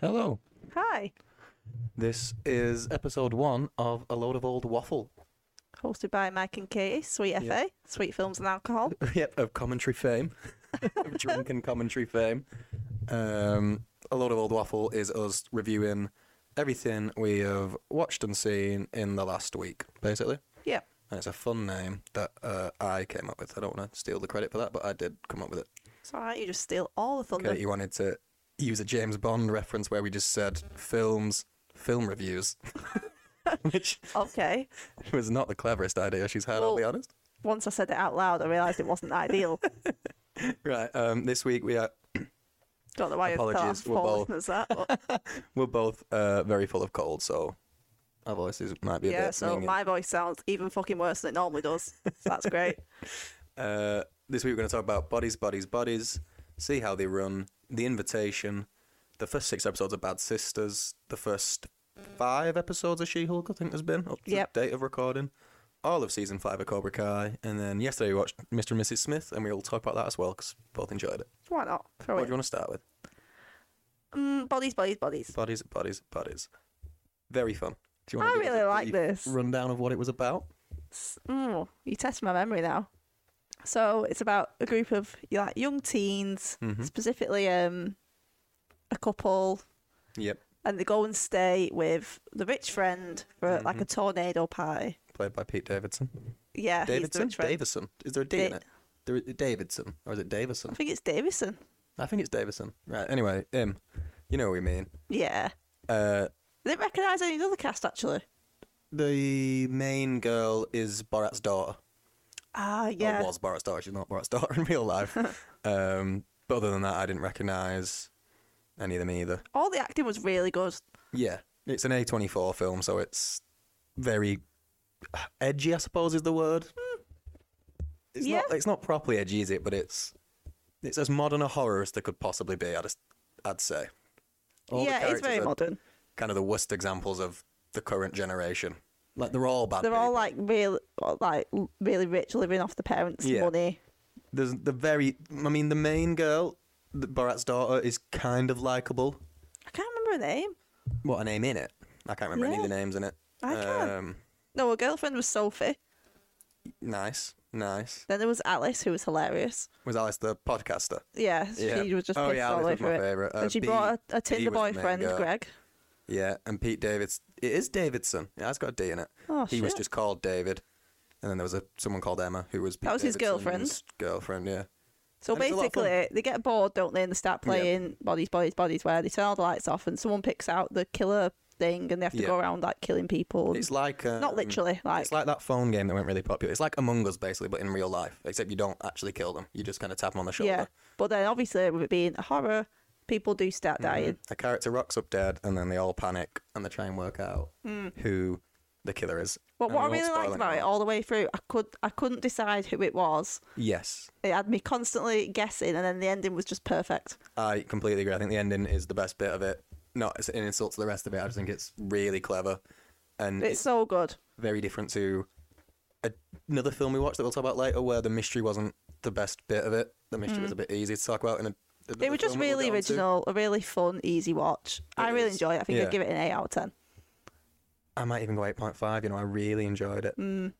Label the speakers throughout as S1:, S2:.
S1: Hello.
S2: Hi.
S1: This is episode one of A Load of Old Waffle.
S2: Hosted by Mike and Katie, Sweet FA,
S1: Yeah.
S2: Sweet Films and Alcohol.
S1: yep, of commentary fame, of drunken commentary fame. Um, a lot of old waffle is us reviewing everything we have watched and seen in the last week, basically.
S2: yeah.
S1: And it's a fun name that uh, I came up with. I don't want to steal the credit for that, but I did come up with it.
S2: It's all right, you just steal all the thunder.
S1: Okay, you wanted to use a James Bond reference where we just said films, film reviews, which
S2: Okay.
S1: was not the cleverest idea she's had. I'll
S2: Well-
S1: be honest.
S2: Once I said it out loud, I realised it wasn't ideal.
S1: Right. Um, this week we are
S2: Don't know why I thought
S1: Apologies, we're both-
S2: four listeners that. But
S1: We're both uh, very full of cold, so our voices might be a
S2: yeah,
S1: bit.
S2: so
S1: ringing.
S2: my voice sounds even fucking worse than it normally does. So that's great.
S1: Uh, this week we're going to talk about bodies, bodies, bodies. See how they run. The invitation. The first six episodes of Bad Sisters. The first five episodes of She-Hulk. I think there's been up to
S2: Yep.
S1: date of recording. All of season five of Cobra Kai, and then yesterday we watched Mr. and Mrs. Smith, and we'll talk about that as well because both enjoyed it.
S2: Why not? Throw
S1: What
S2: it.
S1: do you want to start with?
S2: Mm, bodies, bodies, bodies.
S1: Bodies, bodies, bodies. Very fun. Do you
S2: I
S1: want
S2: really like this.
S1: rundown of what it was about?
S2: S- Mm, you test my memory now. So it's about a group of you know, like young teens,
S1: Mhm.
S2: specifically um, a couple,
S1: Yep.
S2: and they go and stay with the rich friend for like
S1: Mm-hmm.
S2: a tornado party.
S1: Played by Pete Davidson.
S2: Yeah, he's the
S1: Davidson?
S2: rich friend.
S1: Davison. Is there a D in
S2: Da-
S1: it? There is Davidson. Or is it
S2: I
S1: Davison?
S2: think it's Davison.
S1: I think it's Davison. Right, anyway, um, you know what we mean.
S2: Yeah,
S1: Uh,
S2: I didn't recognise any of the other cast actually.
S1: the main girl is Borat's daughter.
S2: Ah,
S1: Or
S2: yeah,
S1: was Borat's daughter. She's not Borat's daughter in real life. um, but other than that, I didn't recognise any of them either.
S2: all the acting was really good.
S1: Yeah, it's an A24 film, so it's very edgy, I suppose is the word. Hmm. It's
S2: Yeah.
S1: not it's not properly edgy, is it? But it's it's as modern a horror as there could possibly be. I'd I'd say. All the
S2: yeah, it's
S1: characters
S2: very
S1: are
S2: modern.
S1: Kind of the worst examples of the current generation. Like they're all bad.
S2: They're all
S1: people.
S2: like really, like l- really rich, living off the parents'
S1: Yeah.
S2: money.
S1: There's the very. I mean, the main girl, the, Borat's daughter, is kind of likable.
S2: I can't remember her name.
S1: What a name in it. I can't remember any of the names in it.
S2: I can.
S1: Um,
S2: No, her girlfriend was Sophie.
S1: nice, nice.
S2: Then there was Alice, who was hilarious.
S1: Was Alice the podcaster?
S2: Yeah,
S1: Yeah.
S2: she was just
S1: Oh,
S2: pissed
S1: yeah,
S2: all
S1: Alice was
S2: over
S1: my
S2: it.
S1: favourite. Uh,
S2: and she
S1: Bea-
S2: brought a, a
S1: Bea
S2: Tinder
S1: was the main
S2: boyfriend,
S1: girl.
S2: Greg.
S1: Yeah, and Pete Davids. It is Davidson. Yeah, it's got a D in it.
S2: Oh,
S1: he was
S2: shit.
S1: just called David, and then there was a someone called Emma who was Pete
S2: That was his
S1: Davidson's Girlfriend, yeah.
S2: So
S1: And it's a lot of fun.
S2: basically, they get bored, don't they? And they start playing bodies, bodies, bodies, where they turn all the lights off, and someone picks out the killer thing, and they have to
S1: Yeah.
S2: go around like killing people.
S1: It's like um,
S2: Not literally, like,
S1: It's like that phone game that went really popular. It's like Among Us basically, but in real life. Except you don't actually kill them. You just kind of tap them on the shoulder.
S2: yeah. But then obviously, with it being a horror, people do start
S1: Mm-hmm.
S2: dying.
S1: A character rocks up dead, and then they all panic and they try and work out who the killer is.
S2: But
S1: And
S2: Hmm. what I
S1: we won't
S2: really
S1: spoil
S2: liked about it
S1: anything.
S2: all the way through, I could I couldn't decide who it was.
S1: Yes,
S2: It had me constantly guessing, and then the ending was just perfect.
S1: I completely agree. I think the ending is the best bit of it. Not as an insult to the rest of it. I just think it's really clever, and
S2: It's so good.
S1: very different to a- another film we watched that we'll talk about later, where the mystery wasn't the best bit of it. The mystery was a bit easy to talk about. In a, another
S2: It was Mm. just
S1: film that we'll
S2: really
S1: get onto.
S2: original, a really fun, easy watch. I
S1: It
S2: really
S1: is.
S2: enjoy it. I think
S1: Yeah.
S2: I'd give it an 8 out of 10.
S1: I might even go eight point five. You know, I really enjoyed it.
S2: Mm.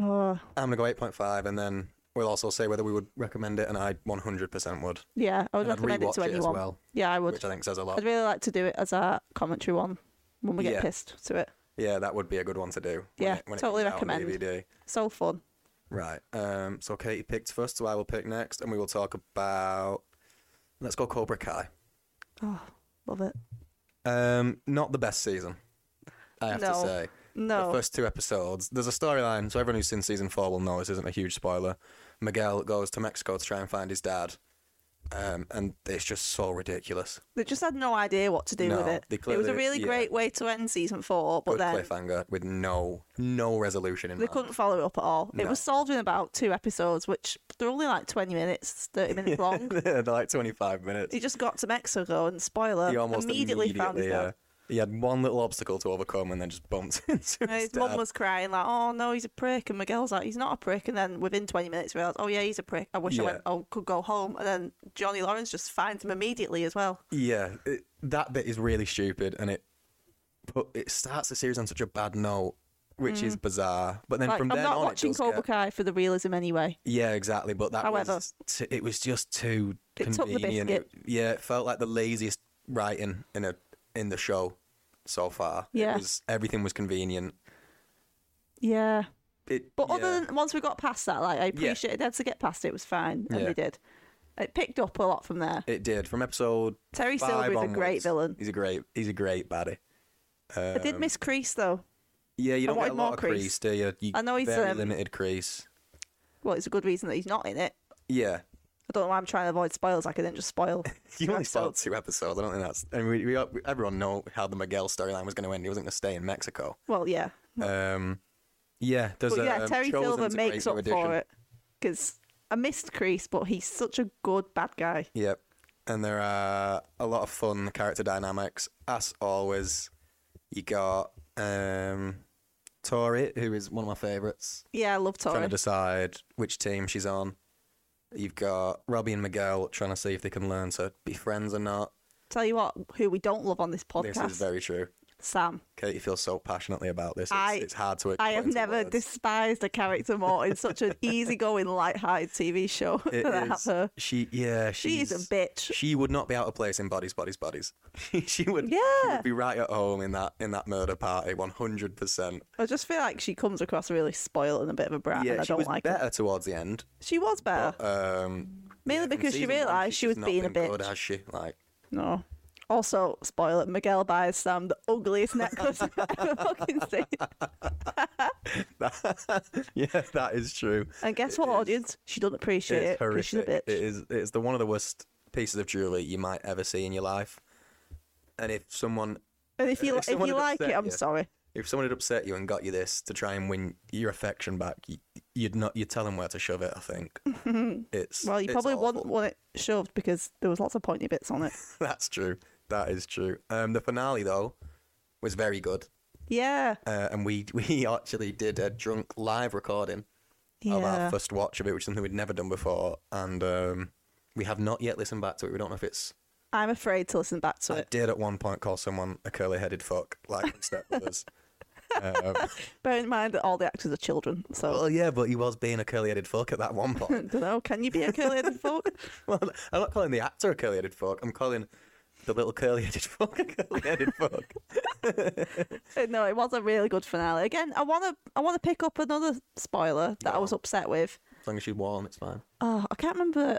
S2: Oh,
S1: I'm gonna go eight point five, and then we'll also say whether we would recommend it, and I 100% would.
S2: yeah, I would
S1: And I'd
S2: recommend it
S1: rewatch
S2: to
S1: it, as
S2: anyone.
S1: well,
S2: Yeah, I would.
S1: which I think says a lot.
S2: I'd really like to do it as a commentary one when we get
S1: Yeah.
S2: pissed to it.
S1: Yeah, that would be a good one to do. when
S2: Yeah,
S1: it- when it
S2: totally
S1: comes out on
S2: recommend.
S1: DVD.
S2: So fun.
S1: Right. Um, so Katie picked first, so I will pick next, and we will talk about. Let's go Cobra Kai.
S2: Oh, love it.
S1: Um, not the best season, I have to
S2: No.
S1: say. The
S2: No.
S1: first two episodes. There's a storyline, so everyone who's seen season four will know this isn't a huge spoiler. Miguel goes to Mexico to try and find his dad, um, and it's just so ridiculous.
S2: They just had no idea what to do with
S1: No,
S2: it.
S1: they
S2: it was
S1: clearly-
S2: a really
S1: yeah.
S2: great way to end season four, but
S1: Good
S2: then
S1: cliffhanger with no no resolution in
S2: they
S1: mind.
S2: couldn't follow it up at all. It
S1: No.
S2: was solved in about two episodes, which they're only like 20 minutes, 30 minutes long.
S1: They're like 25 minutes.
S2: He just got to Mexico and spoiler,
S1: He almost
S2: immediately, found his
S1: immediately,
S2: dad.
S1: uh, He had one little obstacle to overcome and then just bumped into his
S2: His mum
S1: dad.
S2: was crying like, "Oh no, he's a prick," and Miguel's like, "He's not a prick." And then within twenty minutes, realised, "Oh yeah, he's a prick." I wish I
S1: Yeah.
S2: went, oh, could go home. And then Johnny Lawrence just finds him immediately as well.
S1: Yeah, it, that bit is really stupid, and it but it starts the series on such a bad note, which is bizarre. But then
S2: Mm. Like,
S1: from
S2: I'm
S1: then
S2: not
S1: on, it
S2: watching
S1: does
S2: Cobra
S1: get-
S2: Kai for the realism anyway.
S1: yeah, exactly. But that
S2: However-
S1: was t- it was just too
S2: It took the
S1: convenient.
S2: biscuit.
S1: It- yeah, it felt like the laziest writing in a in the show so far.
S2: Yeah.
S1: it was, everything was convenient.
S2: Yeah,
S1: It,
S2: but
S1: yeah.
S2: other than once we got past that, like I appreciated they had to get past it. It was fine, and
S1: Yeah.
S2: they did. It picked up a lot from there.
S1: it did from episode
S2: Terry
S1: five
S2: Silver is a
S1: onwards,
S2: great villain.
S1: He's a great he's a great baddie.
S2: I
S1: Um,
S2: did miss Crease though.
S1: Yeah, you don't get
S2: wanted
S1: a
S2: more
S1: lot of crease,
S2: crease.
S1: do you? You-
S2: I know he's,
S1: very
S2: um,
S1: limited crease.
S2: Well, it's a good reason that he's not in it.
S1: Yeah,
S2: I don't know why I'm trying to avoid spoilers. I couldn't just spoil.
S1: You only
S2: episode.
S1: spoiled two episodes. I don't think that's. I mean, we, we, everyone know how the Miguel storyline was going to end. He wasn't going to stay in Mexico.
S2: Well, yeah.
S1: Um, yeah, there's a,
S2: But Hmm. yeah,
S1: um,
S2: Terry
S1: Chosen's
S2: Silver
S1: a great
S2: makes
S1: new
S2: up
S1: addition.
S2: for it because I missed Crease, but he's such a good bad guy.
S1: Yep, and there are a lot of fun character dynamics as always. You got um, Tori, who is one of my favourites,
S2: Yeah, I love
S1: trying to
S2: Tori.
S1: decide which team she's on. You've got Robbie and Miguel trying to see if they can learn to be friends or not.
S2: Tell you what, who we don't love on this podcast,
S1: This is very true.
S2: Sam.
S1: Katie feels so passionately about this. It's,
S2: I-
S1: it's hard to explain.
S2: I have
S1: to
S2: never
S1: words.
S2: despised a character more in such an easygoing, light-hearted TV show
S1: It
S2: than I have
S1: is-
S2: her.
S1: She, yeah,
S2: She
S1: she's
S2: is a bitch.
S1: She would not be out of place in Bodies, Bodies, Bodies. she would, she
S2: Yeah.
S1: would be right at home in that in that murder party, one hundred percent.
S2: I just feel like she comes across really spoiled and a bit of a brat, and
S1: Yeah,
S2: I
S1: she
S2: don't
S1: was
S2: like her.
S1: better towards the end.
S2: She was better,
S1: Um,
S2: mainly
S1: from
S2: because she
S1: season one,
S2: realised she
S1: she's
S2: was
S1: not
S2: being a
S1: been
S2: bitch.
S1: good, has she? Like,
S2: No. Also, spoiler: Miguel buys Sam the ugliest necklace I've ever fucking seen.
S1: yeah, that is true.
S2: And guess what, audience? She doesn't appreciate it
S1: It's
S2: 'cause
S1: horrific.
S2: she's a bitch.
S1: It is. It is the one of the worst pieces of jewelry you might ever see in your life. And if someone
S2: and if you
S1: if
S2: if,
S1: someone
S2: you
S1: had
S2: like it,
S1: upset
S2: I'm
S1: you.
S2: sorry.
S1: if someone had upset you and got you this to try and win your affection back, you, you'd not you'd tell them where to shove it. I think it's
S2: Well, you
S1: it's
S2: probably
S1: awful.
S2: wouldn't want it shoved because there was lots of pointy bits on it.
S1: That's true. That is true. Um, the finale though was very good,
S2: Yeah,
S1: uh, and we we actually did a drunk live recording of
S2: Yeah.
S1: our Oh, first watch of it, which is something we'd never done before, and um, we have not yet listened back to it. We don't know if it's.
S2: I'm afraid to listen back to
S1: I
S2: it.
S1: did at one point call someone a curly-headed fuck, like in Step Brothers. um,
S2: Bear in mind that all the actors are children, so
S1: well, yeah, but he was being a curly-headed fuck at that one point.
S2: don't know. Can you be a curly-headed folk?
S1: Well, I'm not calling the actor a curly-headed fuck. I'm calling the little curly-headed fuck a curly-headed fuck.
S2: Uh, No, it was a really good finale. Again, I wanna I wanna pick up another spoiler that I was upset with.
S1: As long as she's warm, it's fine.
S2: oh, I can't remember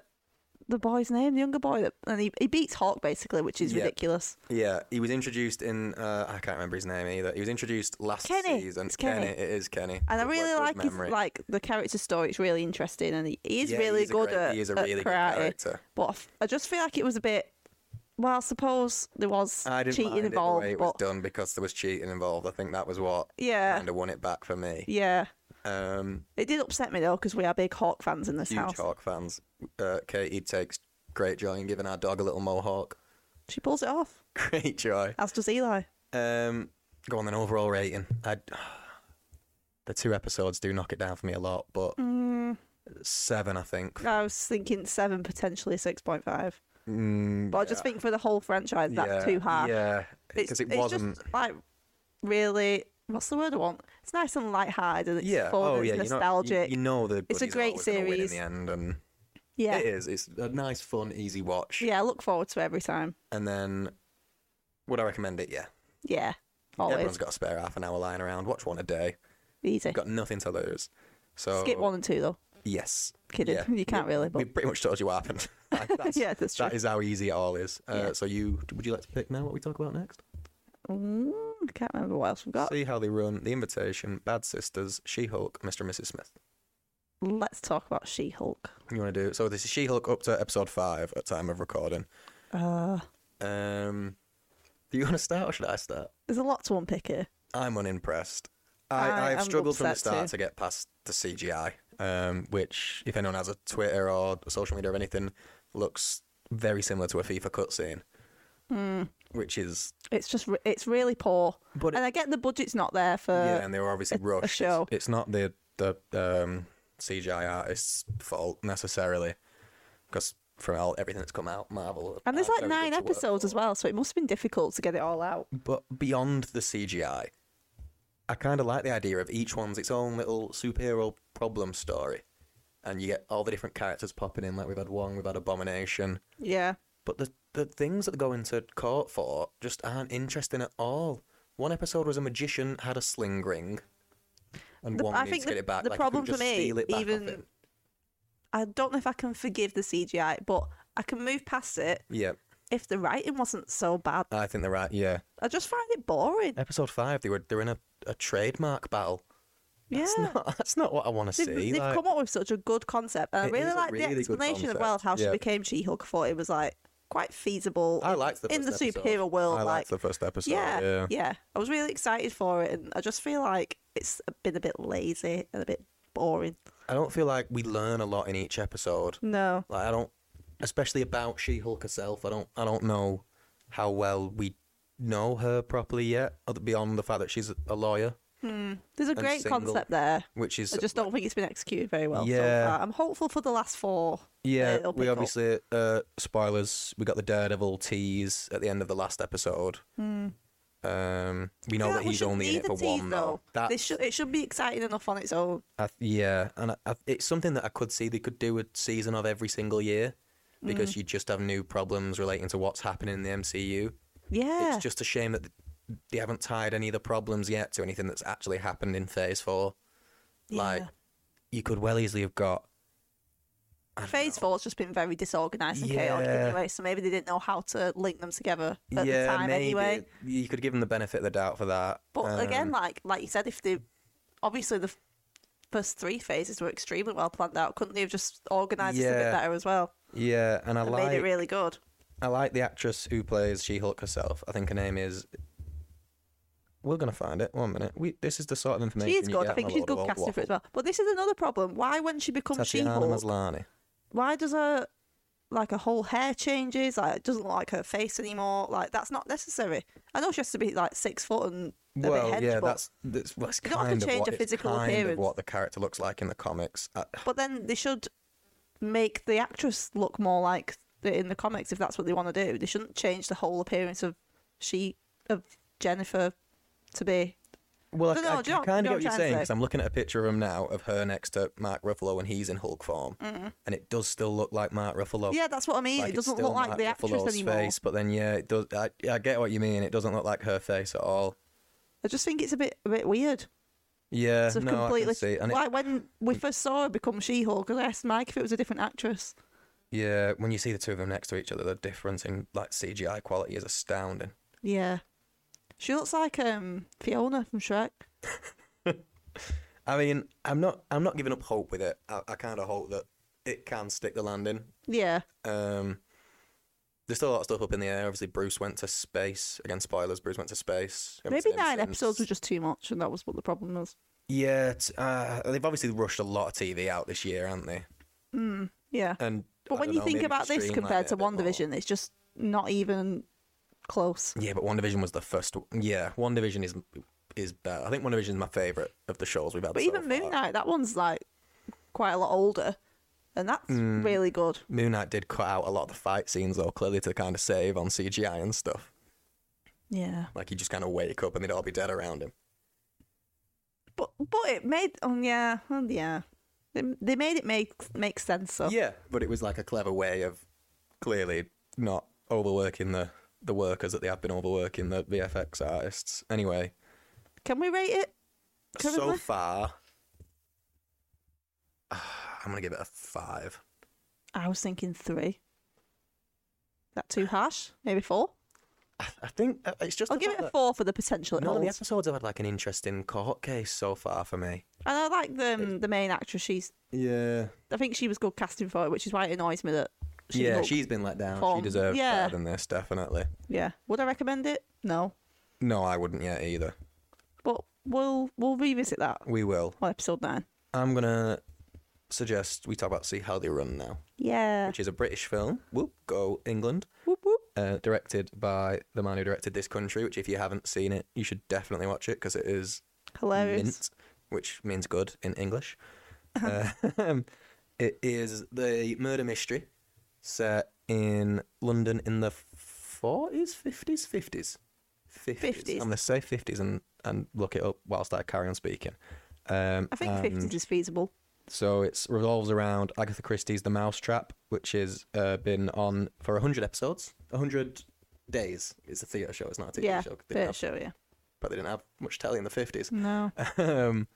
S2: the boy's name, the younger boy that, and he, he beats Hawk basically, which is
S1: Yeah.
S2: ridiculous.
S1: Yeah, he was introduced in. Uh, I can't remember his name either. He was introduced last
S2: Kenny.
S1: season.
S2: It's Kenny.
S1: It is Kenny.
S2: And I
S1: Good
S2: really
S1: work,
S2: like
S1: good
S2: his,
S1: memory.
S2: like the character story. It's really interesting, and he, he is
S1: Yeah,
S2: really
S1: he's a
S2: good
S1: great-
S2: at,
S1: he is a
S2: at
S1: really good
S2: karate.
S1: character.
S2: but I f- I just feel like it was a bit. Well, I suppose there was
S1: I didn't
S2: cheating
S1: mind
S2: involved,
S1: it the way it was
S2: but
S1: done because there was cheating involved. I think that was what
S2: Yeah.
S1: kind of won it back for me.
S2: yeah,
S1: Um,
S2: it did upset me though because we are big Hawk fans in this
S1: huge
S2: house.
S1: Hawk fans. Uh, Katie takes great joy in giving our dog a little mohawk.
S2: She pulls it off,
S1: Great joy.
S2: as does Eli.
S1: Um, go on then. Overall rating. I the two episodes do knock it down for me a lot, but seven, I think.
S2: Mm, I was thinking seven, potentially six point five,
S1: Mm,
S2: but I just think for the whole franchise that's too hard.
S1: Yeah,
S2: It's-
S1: because it
S2: it's
S1: wasn't.
S2: just, like really what's the word I want? It's nice and light-hearted. It's
S1: yeah.
S2: fun.
S1: oh,
S2: it's
S1: yeah.
S2: nostalgic.
S1: You know, you, you know the.
S2: It's a
S1: Buddies are
S2: great
S1: always gonna win
S2: series.
S1: in the end, and
S2: yeah,
S1: it is. It's a nice, fun, easy watch.
S2: yeah. I look forward to every time.
S1: And then, would I recommend it? Yeah.
S2: Yeah, always
S1: Everyone's got a spare half an hour lying around. Watch one a day.
S2: easy.
S1: You've got nothing to lose. So
S2: Skip one and two though.
S1: Yes.
S2: Kidding.
S1: Yeah.
S2: You can't really,
S1: We
S2: but
S1: pretty much told you what happened. Like, that's,
S2: yeah, that's true.
S1: That is how easy it all is. Uh,
S2: Yeah.
S1: So you, would you like to pick now what we talk about next?
S2: Mm, I can't remember what else we've got.
S1: See how they run. The Invitation, Bad Sisters, She-Hulk, Mr. and Mrs. Smith.
S2: Let's talk about She-Hulk.
S1: You want to do so? This is She-Hulk up to episode five at time of recording.
S2: Uh,
S1: Um, do you want to start or should I start?
S2: there's a lot to unpick here.
S1: I'm unimpressed.
S2: I
S1: I, I've
S2: am
S1: struggled from the
S2: upset
S1: start
S2: too.
S1: to get past the CGI, um, which, if anyone has a Twitter
S2: Hmm.
S1: or social media or anything, looks very similar to a FIFA cutscene. which is
S2: It's just re- it's really poor.
S1: But it-
S2: and I get the budget's not there for.
S1: yeah, and they were obviously
S2: a- a
S1: rushed.
S2: show.
S1: It's not the the um, CGI artist's fault necessarily, because from all, everything that's come out, Marvel
S2: and there's
S1: are very
S2: like
S1: good
S2: nine
S1: to work
S2: episodes as well, so it must have been difficult to get it all out.
S1: But beyond the CGI, I kind of like the idea of each one's its own little superhero problem story. And you get all the different characters popping in, like we've had Wong, we've had Abomination.
S2: Yeah.
S1: But the, the things that go into court for just aren't interesting at all. One episode was a magician had a sling ring, and
S2: The-
S1: Wong
S2: I
S1: needs
S2: think
S1: to get
S2: the-
S1: it back.
S2: the
S1: like, he
S2: problem
S1: could
S2: for
S1: just
S2: me,
S1: steal it back off
S2: even-
S1: him.
S2: I don't know if I can forgive the CGI, but I can move past it
S1: Yeah,
S2: if the writing wasn't so bad.
S1: I think they're right. Yeah,
S2: I just find it boring.
S1: episode five, they were they're in a, a trademark battle. That's
S2: yeah.
S1: not that's not what I want to
S2: They've,
S1: see.
S2: they've
S1: like-
S2: come up with such a good concept, and I
S1: It
S2: really
S1: is a
S2: like
S1: really
S2: the
S1: good
S2: explanation as
S1: concept,
S2: well of how she
S1: yeah.
S2: became She-Hulk. I thought it was like quite feasible.
S1: I
S2: in-
S1: liked the
S2: in the
S1: first episode.
S2: superhero world.
S1: I
S2: like,
S1: liked the first episode.
S2: yeah,
S1: yeah.
S2: I was really excited for it, and I just feel like it's been a bit lazy and a bit boring.
S1: I don't feel like we learn a lot in each episode.
S2: No,
S1: Like I don't, especially about She-Hulk herself. I don't. I don't know how well we know her properly yet, other beyond the fact that she's a lawyer,
S2: there's a great
S1: single.
S2: concept there.
S1: which is
S2: I just don't think it's been executed very well.
S1: Yeah.
S2: so far. I'm hopeful for the last four. that
S1: yeah.
S2: it'll
S1: We
S2: pick up.
S1: obviously uh, spoilers. We got the Daredevil tease at the end of the last episode. Um, we know
S2: I feel
S1: that
S2: like Hmm. we
S1: he's
S2: shouldn't
S1: only in
S2: need
S1: it
S2: the
S1: for
S2: tease,
S1: one
S2: though.
S1: though. That
S2: This should, it should be exciting enough on its own.
S1: I, th- yeah, and I, I, it's something that I could see they could do a season of every single year because
S2: Hmm.
S1: you just have new problems relating to what's happening in the MCU.
S2: Yeah,
S1: It's just a shame that th- they haven't tied any of the problems yet to anything that's actually happened in Phase Four. Like,
S2: Yeah.
S1: you could well easily have got
S2: Phase four's just been very disorganised and chaotic
S1: Yeah.
S2: anyway, so maybe they didn't know how to link them together at the time anyway.
S1: You could give them the benefit of the doubt for that.
S2: But again,
S1: Um,
S2: like like you said, if they obviously the f- first three phases were extremely well planned out, couldn't they have just organised this a bit
S1: Yeah.
S2: better as well
S1: yeah, and I
S2: and
S1: like
S2: made it really good?
S1: I like the actress who plays She Hulk herself. I think her name is. We're gonna find it. One minute. We this is the sort of information.
S2: She is
S1: you
S2: good.
S1: Get
S2: I think
S1: on a
S2: she's
S1: load of
S2: good
S1: old
S2: casting for
S1: waffle.
S2: it as well. But this is another problem. Why when she becomes She
S1: Tatiana
S2: Hulk,
S1: Maslany.
S2: why does her like her whole hair changes? Like it doesn't look like her face anymore. Like that's not necessary. I know she has to be like six foot and a
S1: Well,
S2: bit hedged,
S1: yeah,
S2: but
S1: that's that's, that's
S2: You don't have to
S1: kind of
S2: change
S1: what
S2: her
S1: it's
S2: physical
S1: kind
S2: appearance.
S1: of what the character looks like in the comics. I,
S2: But then they should make the actress look more like the, in the comics if that's what they want to do. They shouldn't change the whole appearance of she of Jennifer to be.
S1: well, I,
S2: No, no,
S1: I,
S2: do you know-
S1: kind
S2: do
S1: of get
S2: you know
S1: what you're
S2: what
S1: saying
S2: I'm trying to
S1: because I'm looking at a picture of him now of her next to Mark Ruffalo when he's in Hulk form, and it does still look like Mark Ruffalo.
S2: Mm-hmm. Yeah, that's what I mean.
S1: Like,
S2: it
S1: it's
S2: doesn't
S1: still
S2: look like
S1: Mark
S2: the actress
S1: Ruffalo's
S2: anymore.
S1: Face, but then yeah, it does. I, I get what you mean. It doesn't look like her face at all.
S2: I just think it's a bit a bit weird.
S1: Yeah,
S2: So
S1: no, I can
S2: completely
S1: see. it. Mm. And it,
S2: like when we first saw her become She-Hulk, I asked Mike if it was a different actress.
S1: yeah, when you see the two of them next to each other, the difference in like CGI quality is astounding.
S2: Yeah, she looks like um Fiona from Shrek.
S1: I mean, I'm not, I'm not giving up hope with it. I, I kind of hope that it can stick the landing.
S2: Yeah,
S1: Um, there's still a lot of stuff up in the air. Obviously, Bruce went to space. Again, spoilers. Bruce went to space. Haven't seen
S2: maybe
S1: him
S2: nine
S1: since.
S2: episodes were just too much, and that was what the problem was.
S1: Yeah, t- uh, they've obviously rushed a lot of TV out this year, haven't they?
S2: Yeah.
S1: And
S2: But
S1: I
S2: when
S1: don't
S2: you
S1: know,
S2: think
S1: maybe
S2: about this
S1: streamline
S2: compared
S1: it
S2: to
S1: a bit more.
S2: One Division, it's just not even close.
S1: Yeah, but One Division was the first. w- Yeah, One Division is is better. I think One Division is my favorite of the shows we've had.
S2: But
S1: so
S2: even Moon
S1: far.
S2: Knight, that one's like quite a lot older, and that's
S1: Mm.
S2: really good.
S1: Moon Knight did cut out a lot of the fight scenes, though, clearly to kind of save on CGI and stuff.
S2: Yeah,
S1: Like you just kind of wake up and they'd all be dead around him.
S2: but but it made oh yeah oh, yeah they, they made it make make sense. So
S1: Yeah, but it was like a clever way of clearly not overworking the the workers that they have been overworking the VFX artists. Anyway,
S2: can we rate it?
S1: so
S2: Currently?
S1: far, I'm gonna give it a five.
S2: I was thinking three. That too harsh? Maybe four.
S1: I, I think uh, it's just.
S2: I'll
S1: the
S2: give
S1: fact
S2: it a
S1: that
S2: four for the potential it
S1: None of the
S2: holds.
S1: episodes have had like an interesting court case so far for me.
S2: And I like the um, the main actress. She's
S1: Yeah.
S2: I think she was good casting for it, which is why it annoys me that she
S1: yeah,
S2: looked-
S1: she's been let down.
S2: form.
S1: She deserves
S2: Yeah.
S1: better than this, definitely.
S2: yeah. Would I recommend it? No.
S1: No, I wouldn't yet either.
S2: But we'll we'll revisit that
S1: We will.
S2: on episode nine.
S1: I'm gonna suggest we talk about See How They Run now,
S2: Yeah.
S1: which is a British film. Whoop, go England.
S2: Whoop whoop.
S1: uh, directed by the man who directed This Country, which if you haven't seen it, you should definitely watch it because it is
S2: Hilarious.
S1: mint, which means good in English. Uh, it is the murder mystery set in London in the 40s, 50s, 50s. 50s.
S2: 50s.
S1: I'm going to say 50s and, and look it up whilst I carry on speaking. Um,
S2: I think
S1: and-
S2: 50s is feasible.
S1: so it revolves around Agatha Christie's The Mousetrap, which has uh, been on for 100 episodes. 100 days. It's a theatre show, it's not a TV
S2: yeah,
S1: show. 'cause they didn't
S2: fair
S1: have-
S2: show, Mm. yeah.
S1: but they didn't have much telly in the 50s.
S2: No.
S1: Um,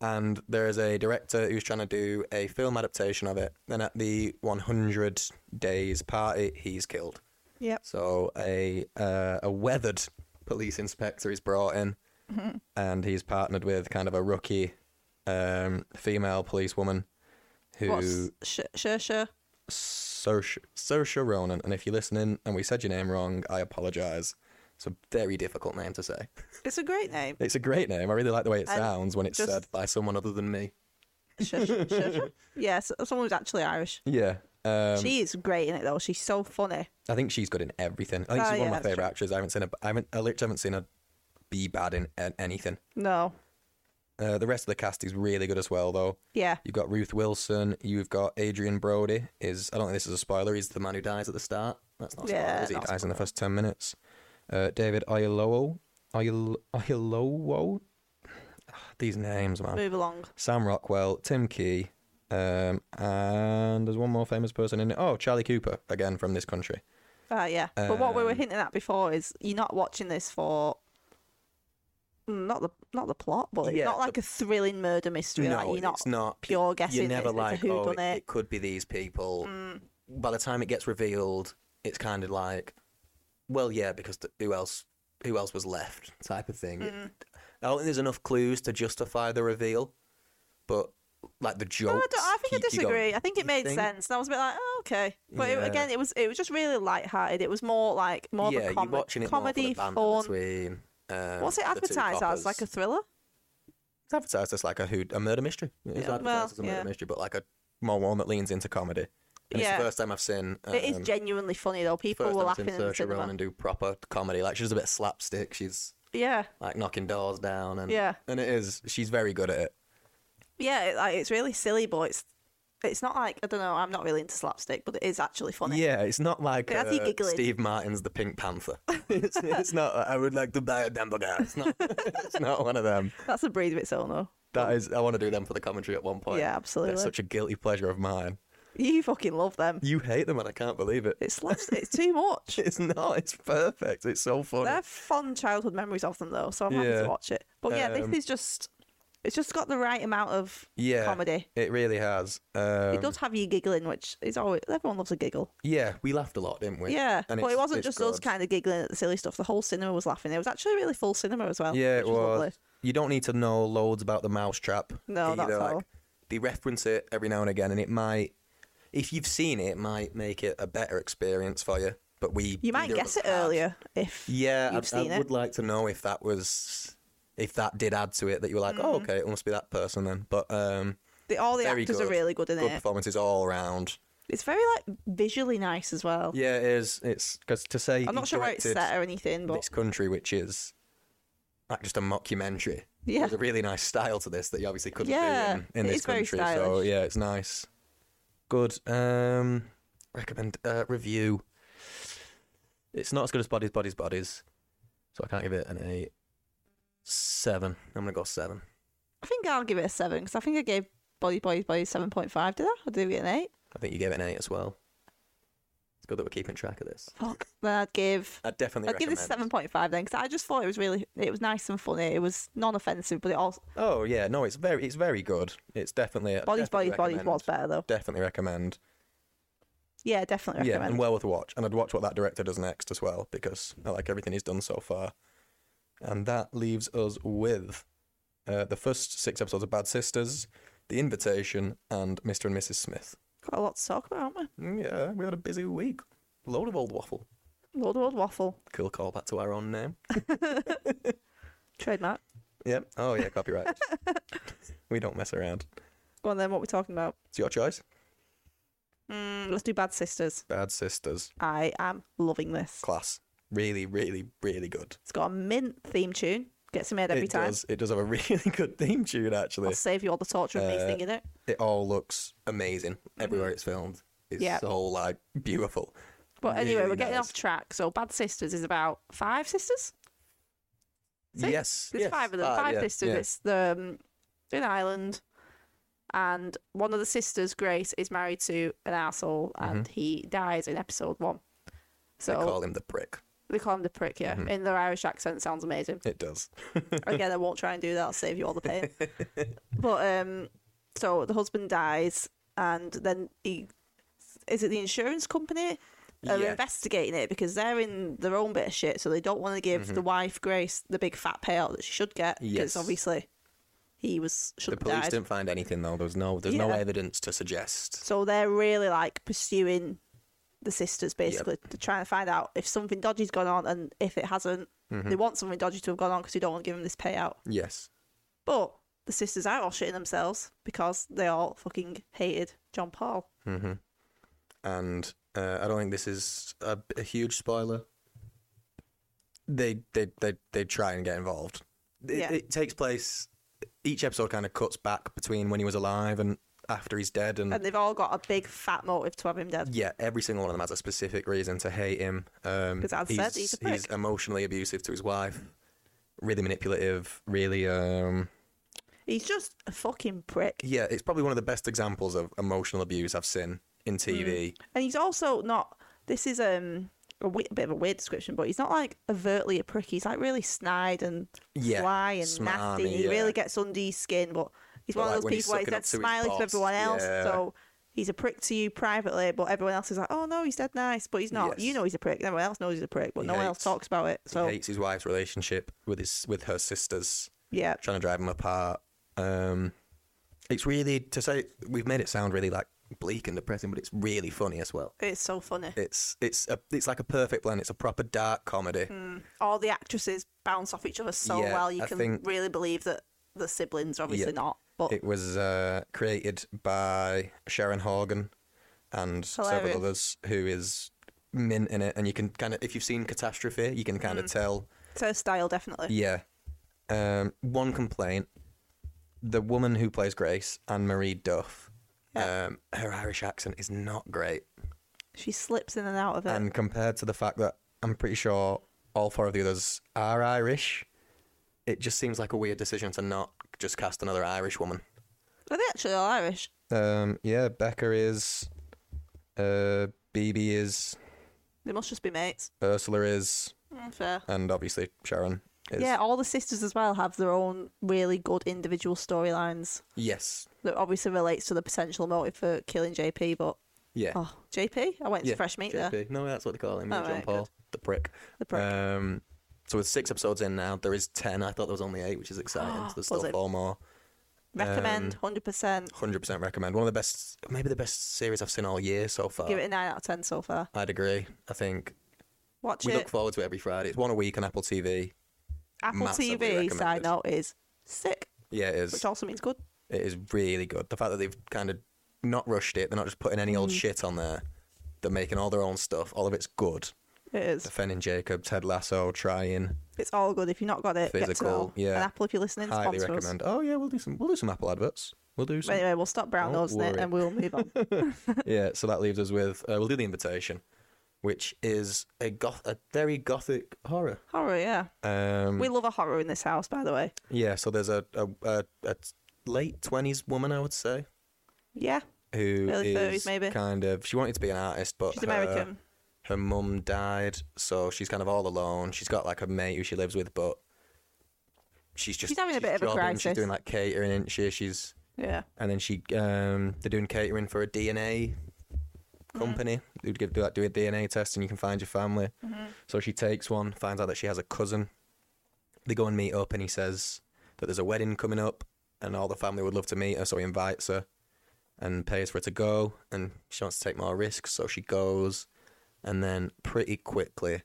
S1: and there is a director who's trying to do a film adaptation of it. Then at the 100 days party, he's killed.
S2: Yep.
S1: So a uh, a weathered police inspector is brought in,
S2: Mm-hmm.
S1: and he's partnered with kind of a rookie um, female policewoman who
S2: What's sh- sure, sure.
S1: Saoirse Saoirse Ronan. And if you're listening and we said your name wrong, I apologise. It's a very difficult name to say.
S2: It's a great name.
S1: It's a great name. I really like the way it
S2: And
S1: sounds when it's
S2: just-
S1: said by someone other than me.
S2: Sure, sure, sure. Yeah, so, someone who's actually Irish.
S1: Yeah. Um,
S2: she is great in it though. She's so funny.
S1: I think she's good in everything. I think
S2: Oh,
S1: she's
S2: yeah,
S1: one of my
S2: that's
S1: favorite
S2: true.
S1: actors. I haven't seen her. I haven't. I literally haven't seen her be bad in, an anything.
S2: No.
S1: Uh, the rest of the cast is really good as well, though.
S2: Yeah.
S1: You've got Ruth Wilson. You've got Adrian Brody. Is I don't think this is a spoiler. He's the man who dies at the start. That's not a spoiler.
S2: Yeah,
S1: is it? he
S2: not a
S1: dies in the first ten minutes. Uh, David Oyelowo. Oyel- Oyelowo. Ah, These names, man.
S2: Move along.
S1: Sam Rockwell, Tim Key, um, and there's one more famous person in it. Oh, Charlie Cooper again from this country.
S2: Ah, yeah. but what we were
S1: Um,
S2: hinting at before is you're not watching this for Mm, not the not the plot, but it's
S1: Yeah,
S2: not
S1: the-
S2: like a thrilling murder mystery. like you're not,
S1: it's not
S2: pure guessing.
S1: You're never
S2: it's,
S1: like,
S2: it's a
S1: oh, it,
S2: whodunit."
S1: it could be these people.
S2: Mm.
S1: By the time it gets revealed, it's kind of like, well, yeah, because th- who else? Who else was left? Type of thing.
S2: Mm.
S1: I don't think there's enough clues to justify the reveal, but like the
S2: No,
S1: jokes.
S2: I, don't, I think I
S1: keep you going,
S2: disagree. I think it
S1: "You
S2: made
S1: think?"
S2: sense. And I was a bit like, oh, okay. But it,
S1: Yeah.
S2: again, it was it was just really light-hearted. It was more like more
S1: yeah,
S2: of a
S1: you're
S2: com-
S1: watching it more for the
S2: comedy,
S1: banter
S2: fun.
S1: Between, um,
S2: What's it
S1: the two
S2: advertised as?
S1: coppers.
S2: Like a thriller?
S1: It's advertised as like a who a murder mystery. It's
S2: Yeah,
S1: advertised
S2: well,
S1: as a murder
S2: yeah.
S1: mystery, but like a more one that leans into comedy. And it's
S2: Yeah.
S1: the first time I've seen. Um,
S2: it is genuinely funny though. People
S1: first
S2: were
S1: time I've seen
S2: laughing in the
S1: Saoirse
S2: cinema.
S1: Ronan do proper comedy. Like she does a bit of slapstick. She's
S2: Yeah,
S1: like knocking doors down, and
S2: Yeah.
S1: and it is. She's very good at it.
S2: yeah. It, like it's really silly, but it's it's not like I don't know. I'm not really into slapstick, but it is actually funny.
S1: Yeah, it's not like
S2: It has you
S1: uh,
S2: giggling.
S1: Steve Martin's The Pink Panther. it's, it's not. I would like to buy a hamburger. It's not. it's not one of them.
S2: That's a breed of its own though.
S1: That is. I want to do them for the commentary at one point.
S2: Yeah,
S1: They're
S2: absolutely.
S1: such a guilty pleasure of mine.
S2: You fucking love them.
S1: You hate them, and I can't believe it.
S2: It's slapstick. it's too much.
S1: It's not. It's perfect. It's so funny.
S2: They're fond childhood memories of them though, so I'm happy
S1: Yeah.
S2: to watch it. But yeah,
S1: Um,
S2: this is just it's just got the right amount of
S1: yeah,
S2: comedy.
S1: It really has. Um,
S2: It does have you giggling, which is always everyone loves a giggle.
S1: Yeah, we laughed a lot, didn't we?
S2: Yeah,
S1: And
S2: but
S1: it's-
S2: it wasn't
S1: it's
S2: just us
S1: good.
S2: kind of giggling at the silly stuff. The whole cinema was laughing. It was actually a really full cinema as well.
S1: Yeah,
S2: which
S1: it was.
S2: lovely.
S1: You don't need to know loads about the mousetrap.
S2: No,
S1: either.
S2: that's
S1: like,
S2: all.
S1: They reference it every now and again, and it might, if you've seen it, it might make it a better experience for you. But we,
S2: You might
S1: neither of
S2: guess
S1: us
S2: it
S1: have.
S2: earlier if
S1: Yeah, I-
S2: you've
S1: I,
S2: seen it.
S1: would like to know if that was, if that did add to it, that you were like, oh,
S2: Mm.
S1: okay, it must be that person then. But um,
S2: The, all the
S1: very
S2: actors
S1: good.
S2: are really good in
S1: good
S2: it.
S1: performances all around.
S2: It's very like visually nice as well.
S1: Yeah, it is. It's because to say
S2: I'm not sure where it's
S1: directed-
S2: set or anything, but
S1: this country, which is like just a mockumentary.
S2: Yeah.
S1: There's a really nice style to this that you obviously couldn't
S2: Yeah,
S1: do in, in
S2: it
S1: this
S2: is very
S1: country. so
S2: stylish.
S1: yeah, it's nice. Good. Um recommend uh, review. It's not as good as Bodies, Bodies, Bodies. So I can't give it an eight. Seven. I'm gonna go seven.
S2: I think I'll give it a seven because I think I gave Body Boys Body seven point five. Did I? Or did I get an eight?
S1: I think you gave it an eight as well. It's good that we're keeping track of this.
S2: Fuck. Then I'd give.
S1: I definitely
S2: I'd give
S1: recommend.
S2: this seven point five then because I just thought it was really it was nice and funny. It was non-offensive, but it also
S1: Oh yeah, no, it's very it's very good. It's definitely I
S2: Bodies
S1: definitely
S2: Bodies Bodies
S1: recommend.
S2: was better though.
S1: Definitely recommend.
S2: Yeah, definitely
S1: Yeah,
S2: recommend.
S1: and well worth a watch. And I'd watch what that director does next as well because I like everything he's done so far. And that leaves us with uh, the first six episodes of Bad Sisters, The Invitation, and Mr. and Mrs. Smith.
S2: Got a lot to talk about, haven't we?
S1: Mm, Yeah, we had a busy week. Load of old waffle.
S2: Lord Old Waffle.
S1: Cool call back to our own name.
S2: Trademark.
S1: Yep. Oh yeah, copyright. we don't mess around.
S2: Go on then, what we're talking about.
S1: It's your choice.
S2: Mm, let's do Bad Sisters.
S1: Bad Sisters.
S2: I am loving this.
S1: Class. Really, really, really good.
S2: It's got a mint theme tune. Gets me made every
S1: it
S2: time.
S1: does. It does have a really good theme tune,
S2: I'll
S1: actually.
S2: save you all the torture of me
S1: Uh,
S2: singing it.
S1: It all looks amazing everywhere it's filmed. It's
S2: Mm-hmm. Yeah.
S1: so like beautiful.
S2: But anyway,
S1: really
S2: we're getting
S1: nice.
S2: off track. So Bad Sisters is about five sisters. Six?
S1: Yes,
S2: There's
S1: yes, Ah,
S2: five of them. Five
S1: yeah,
S2: sisters.
S1: yeah.
S2: It's the um, in Ireland, and one of the sisters, Grace, is married to an asshole, and he dies in episode one. So
S1: Mm-hmm. They call Mm-hmm. him the prick.
S2: him the prick. Yeah, in their Irish accent, sounds amazing.
S1: It does.
S2: Again, I won't try and do that. I'll save you all the pain. but um, so the husband dies, and then he is it the insurance company are
S1: Yeah.
S2: investigating it because they're in their own bit of shit, so they don't want to give the wife Grace the big fat payout that she should get because
S1: Yes.
S2: obviously he was should
S1: The
S2: have
S1: police
S2: died.
S1: didn't find anything though. There's no there's no
S2: Yeah.
S1: evidence to suggest.
S2: So they're really like pursuing the sisters basically to try and find out if something dodgy's gone on and if it hasn't, they want something dodgy to have gone on because they don't want to give them this payout.
S1: Yes.
S2: But the sisters are all shitting themselves because they all fucking hated John Paul.
S1: And uh, I don't think this is a, a huge spoiler. They they they they try and get involved. It,
S2: Yeah.
S1: it takes place. Each episode kind of cuts back between when he was alive and after he's dead, and,
S2: And they've all got a big fat motive to have him dead.
S1: yeah, every single one of them has a specific reason to hate him. Um,
S2: 'Cause as I said, he's a prick.
S1: emotionally abusive to his wife, really manipulative, really. Um,
S2: He's just a fucking prick.
S1: yeah, it's probably one of the best examples of emotional abuse I've seen in
S2: Mm.
S1: TV.
S2: And he's also not. This is um a we- bit of a weird description, but he's not like overtly a prick. He's like really snide and
S1: Yeah,
S2: fly and
S1: smarmy,
S2: nasty. He
S1: yeah.
S2: really gets under your skin, but he's
S1: But,
S2: one
S1: like,
S2: of those
S1: when he's
S2: people where he's
S1: sucking up
S2: dead
S1: to his
S2: smiling
S1: boss,
S2: to everyone else.
S1: yeah.
S2: So he's a prick to you privately, but everyone else is like, "Oh no, he's dead nice," but he's not.
S1: Yes.
S2: You know he's a prick. and Everyone else knows he's a prick, but
S1: He
S2: no one else
S1: hates-
S2: talks about it. So
S1: Hates his wife's relationship with his with her sisters,
S2: yeah,
S1: trying to drive them apart. Um, it's really to say we've made it sound really like bleak and depressing, but it's really funny as well.
S2: it's so funny.
S1: It's it's a, it's like a perfect blend. It's a proper dark comedy.
S2: Hmm. All the actresses bounce off each other so
S1: Yeah,
S2: well. You
S1: I
S2: can
S1: think-
S2: really believe that the siblings are obviously
S1: Yeah.
S2: not, but
S1: It was uh, created by Sharon Horgan and
S2: Hilarious.
S1: several others, who is mint in it. And you can kind of, if you've seen Catastrophe, you can kind
S2: Mm.
S1: of tell.
S2: it's her style definitely.
S1: Yeah. Um, one complaint: the woman who plays Grace, Anne Marie Duff,
S2: Yeah.
S1: um, her Irish accent is not great,
S2: She slips in and out of it.
S1: and compared to the fact that I'm pretty sure all four of the others are Irish, it just seems like a weird decision to not just cast another Irish woman.
S2: Are they actually all Irish?
S1: Um, yeah, Becca is. Uh, BB is.
S2: They must just be mates.
S1: Ursula is.
S2: Mm, Fair.
S1: And obviously Sharon is.
S2: Yeah, all the sisters as well have their own really good individual storylines
S1: Yes.
S2: that obviously relates to the potential motive for killing JP. But
S1: Yeah.
S2: oh, JP, I went
S1: yeah.
S2: to fresh meat there.
S1: JP. No, that's what they call him. yeah,
S2: All
S1: John
S2: right,
S1: Paul.
S2: good.
S1: The prick.
S2: The prick.
S1: Um, so with six episodes in now, there is ten. I thought there was only eight, which is exciting. so there's
S2: Was
S1: still
S2: it?
S1: four more. Um,
S2: Recommend hundred percent.
S1: Hundred percent recommend. One of the best, maybe the best series I've seen all year so far.
S2: Give it a nine out of ten so far.
S1: I'd agree. I think
S2: Watch
S1: we
S2: it.
S1: look forward to it every Friday. It's one a week on Apple TV.
S2: Apple
S1: massively
S2: TV side
S1: recommended.
S2: note is sick,
S1: Yeah, it is.
S2: which also means good.
S1: It is really good. The fact that they've kind of not rushed it, they're not just putting any old shit on there. They're making all their own stuff. All of it's good.
S2: It is.
S1: Fenn and Jacob, Ted Lasso, trying.
S2: It's all good. If you've not got it, get to
S1: Physical,
S2: know.
S1: yeah.
S2: And Apple, if you're listening,
S1: Highly
S2: sponsor us.
S1: recommend. Oh yeah, we'll do some. We'll do some Apple adverts. We'll do
S2: But
S1: some.
S2: anyway, we'll stop brown
S1: Don't
S2: nosing it
S1: worry.
S2: and we'll move on.
S1: yeah, so that leaves us with uh, we'll do the invitation, which is a goth- a very gothic horror.
S2: horror, yeah.
S1: Um,
S2: We love a horror in this house, by the way.
S1: yeah, so there's a a, a, a t- late twenties woman, I would say,
S2: Yeah,
S1: who
S2: Early 30s,
S1: is
S2: maybe.
S1: kind of she wanted to be an artist, but
S2: she's
S1: her,
S2: American.
S1: Her mum died, so she's kind of all alone. She's got like a mate who she lives with, but she's just
S2: She's having a bit of a
S1: jobbing,
S2: crisis.
S1: She's doing like catering, isn't she? She's
S2: Yeah.
S1: and then she um they're doing catering for a DNA
S2: Mm-hmm.
S1: company. They'd give do that do a DNA test and you can find your family.
S2: Mm-hmm.
S1: So she takes one, finds out that she has a cousin. They go and meet up and he says that there's a wedding coming up and all the family would love to meet her, so he invites her and pays for her to go and she wants to take more risks, so she goes and then pretty quickly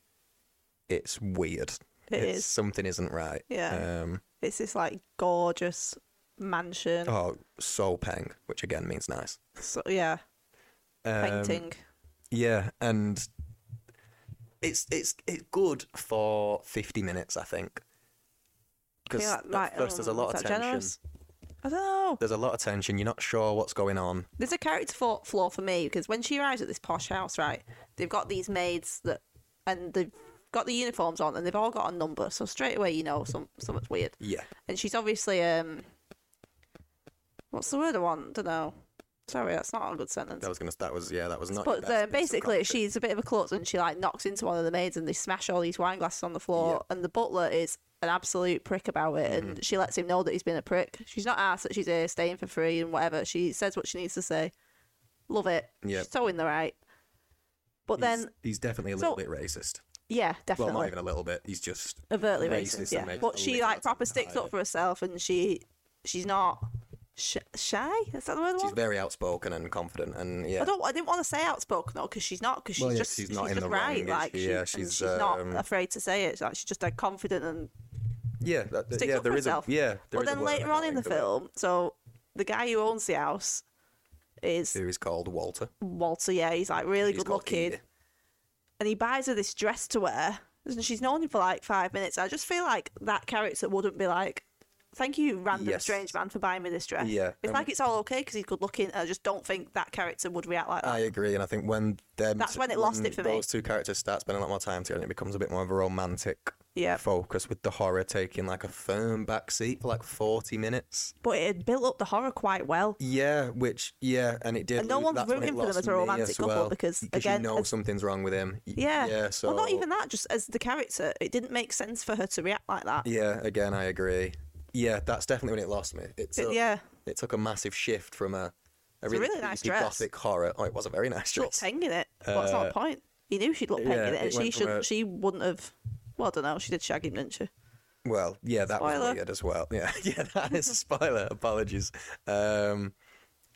S1: it's weird.
S2: It
S1: it's,
S2: is.
S1: something isn't right.
S2: Yeah.
S1: Um
S2: It's this like gorgeous mansion.
S1: oh so peng, which again means nice.
S2: So yeah,
S1: Um,
S2: painting.
S1: Yeah, and it's it's it's good for fifty minutes, I think. Because
S2: Yeah,
S1: at
S2: like,
S1: first there's a
S2: um,
S1: lot
S2: is
S1: of
S2: that
S1: tension.
S2: generous? I don't know.
S1: There's a lot of tension. You're not sure what's going on.
S2: There's a character flaw, flaw for me because when she arrives at this posh house, right, they've got these maids that, and they've got the uniforms on, and they've all got a number. So straight away, you know, some something's weird.
S1: Yeah,
S2: And she's obviously um, what's the word I want? Don't know. Sorry, that's not a good sentence.
S1: that was gonna. That was yeah. That was not. your
S2: But
S1: best
S2: uh,
S1: piece of
S2: basically,
S1: comedy.
S2: she's a bit of a klutz and she like knocks into one of the maids and they smash all these wine glasses on the floor. And the butler is an absolute prick about it
S1: Mm-hmm.
S2: and she lets him know that he's been a prick. She's not asked that she's here staying for free and whatever. She says what she needs to say. Love it.
S1: Yeah.
S2: She's so in the right. But
S1: He's-
S2: then,
S1: he's definitely a little
S2: so-
S1: bit racist.
S2: yeah,
S1: Well,
S2: definitely.
S1: not even a little bit. He's just
S2: overtly
S1: racist
S2: racist,
S1: and
S2: yeah.
S1: makes
S2: But
S1: a
S2: she
S1: little
S2: like proper
S1: attempt to
S2: sticks
S1: hide
S2: up for herself and she she's not sh- shy. Is that the word? I
S1: she's
S2: want?
S1: very outspoken and confident and yeah.
S2: I don't. I didn't want to say outspoken though, because she's not. Because she's
S1: Well, yeah,
S2: just.
S1: she's
S2: She's,
S1: not in
S2: just
S1: the wrong,
S2: right.
S1: is
S2: like
S1: she?
S2: she,
S1: Yeah,
S2: and
S1: she's,
S2: she's not
S1: um,
S2: afraid to say it. Like she's just like confident and.
S1: yeah, that,
S2: sticks
S1: yeah.
S2: up for
S1: There is a
S2: herself.
S1: yeah. there
S2: But
S1: is a
S2: then
S1: word,
S2: later
S1: I
S2: on in the
S1: think, for
S2: film, so the guy who owns the house is
S1: that, Who is called Walter?
S2: Walter. Yeah, he's like really
S1: He's E.
S2: good
S1: called
S2: looking,
S1: Edie.
S2: and he buys her this dress to wear, and she's known him for like five minutes. I just feel like that character wouldn't be like, "Thank you, random
S1: Yes.
S2: strange man, for buying me this dress."
S1: Yeah,
S2: it's
S1: um,
S2: like it's all okay because he's good looking. I just don't think that character would react like that.
S1: I agree, and I think when them
S2: That's
S1: t-
S2: when it lost it for me.
S1: Those two characters start spending a lot more time together, and it becomes a bit more of a romantic
S2: Yeah.
S1: focus with the horror taking like a firm back seat for like forty minutes.
S2: but it had built up the horror quite well.
S1: Yeah, which yeah, and it did.
S2: And no
S1: lose-
S2: one's
S1: that's when it
S2: rooting for them
S1: lost
S2: as a
S1: me
S2: romantic couple
S1: well,
S2: because,
S1: you
S2: again,
S1: know
S2: as-
S1: something's wrong with him. Y-
S2: Yeah.
S1: yeah. So
S2: well, not even that. Just as the character, it didn't make sense for her to react like that.
S1: Yeah, again, I agree. Yeah, that's definitely when it lost me. It took,
S2: yeah.
S1: it took a massive shift from a, a
S2: a
S1: really,
S2: really nice
S1: creepy
S2: dress.
S1: gothic horror. Oh, it was a very nice
S2: She looked
S1: dress.
S2: peng in it, but it's not a point. He knew she'd look peng
S1: Uh, yeah,
S2: in it,
S1: it
S2: and she
S1: went from
S2: should,
S1: a-
S2: not she wouldn't have. Well, I don't know. She did shag him, didn't she?
S1: Well, yeah, that was
S2: Spoiler.
S1: weird as well. Yeah, yeah, that is a spoiler. Apologies. Um,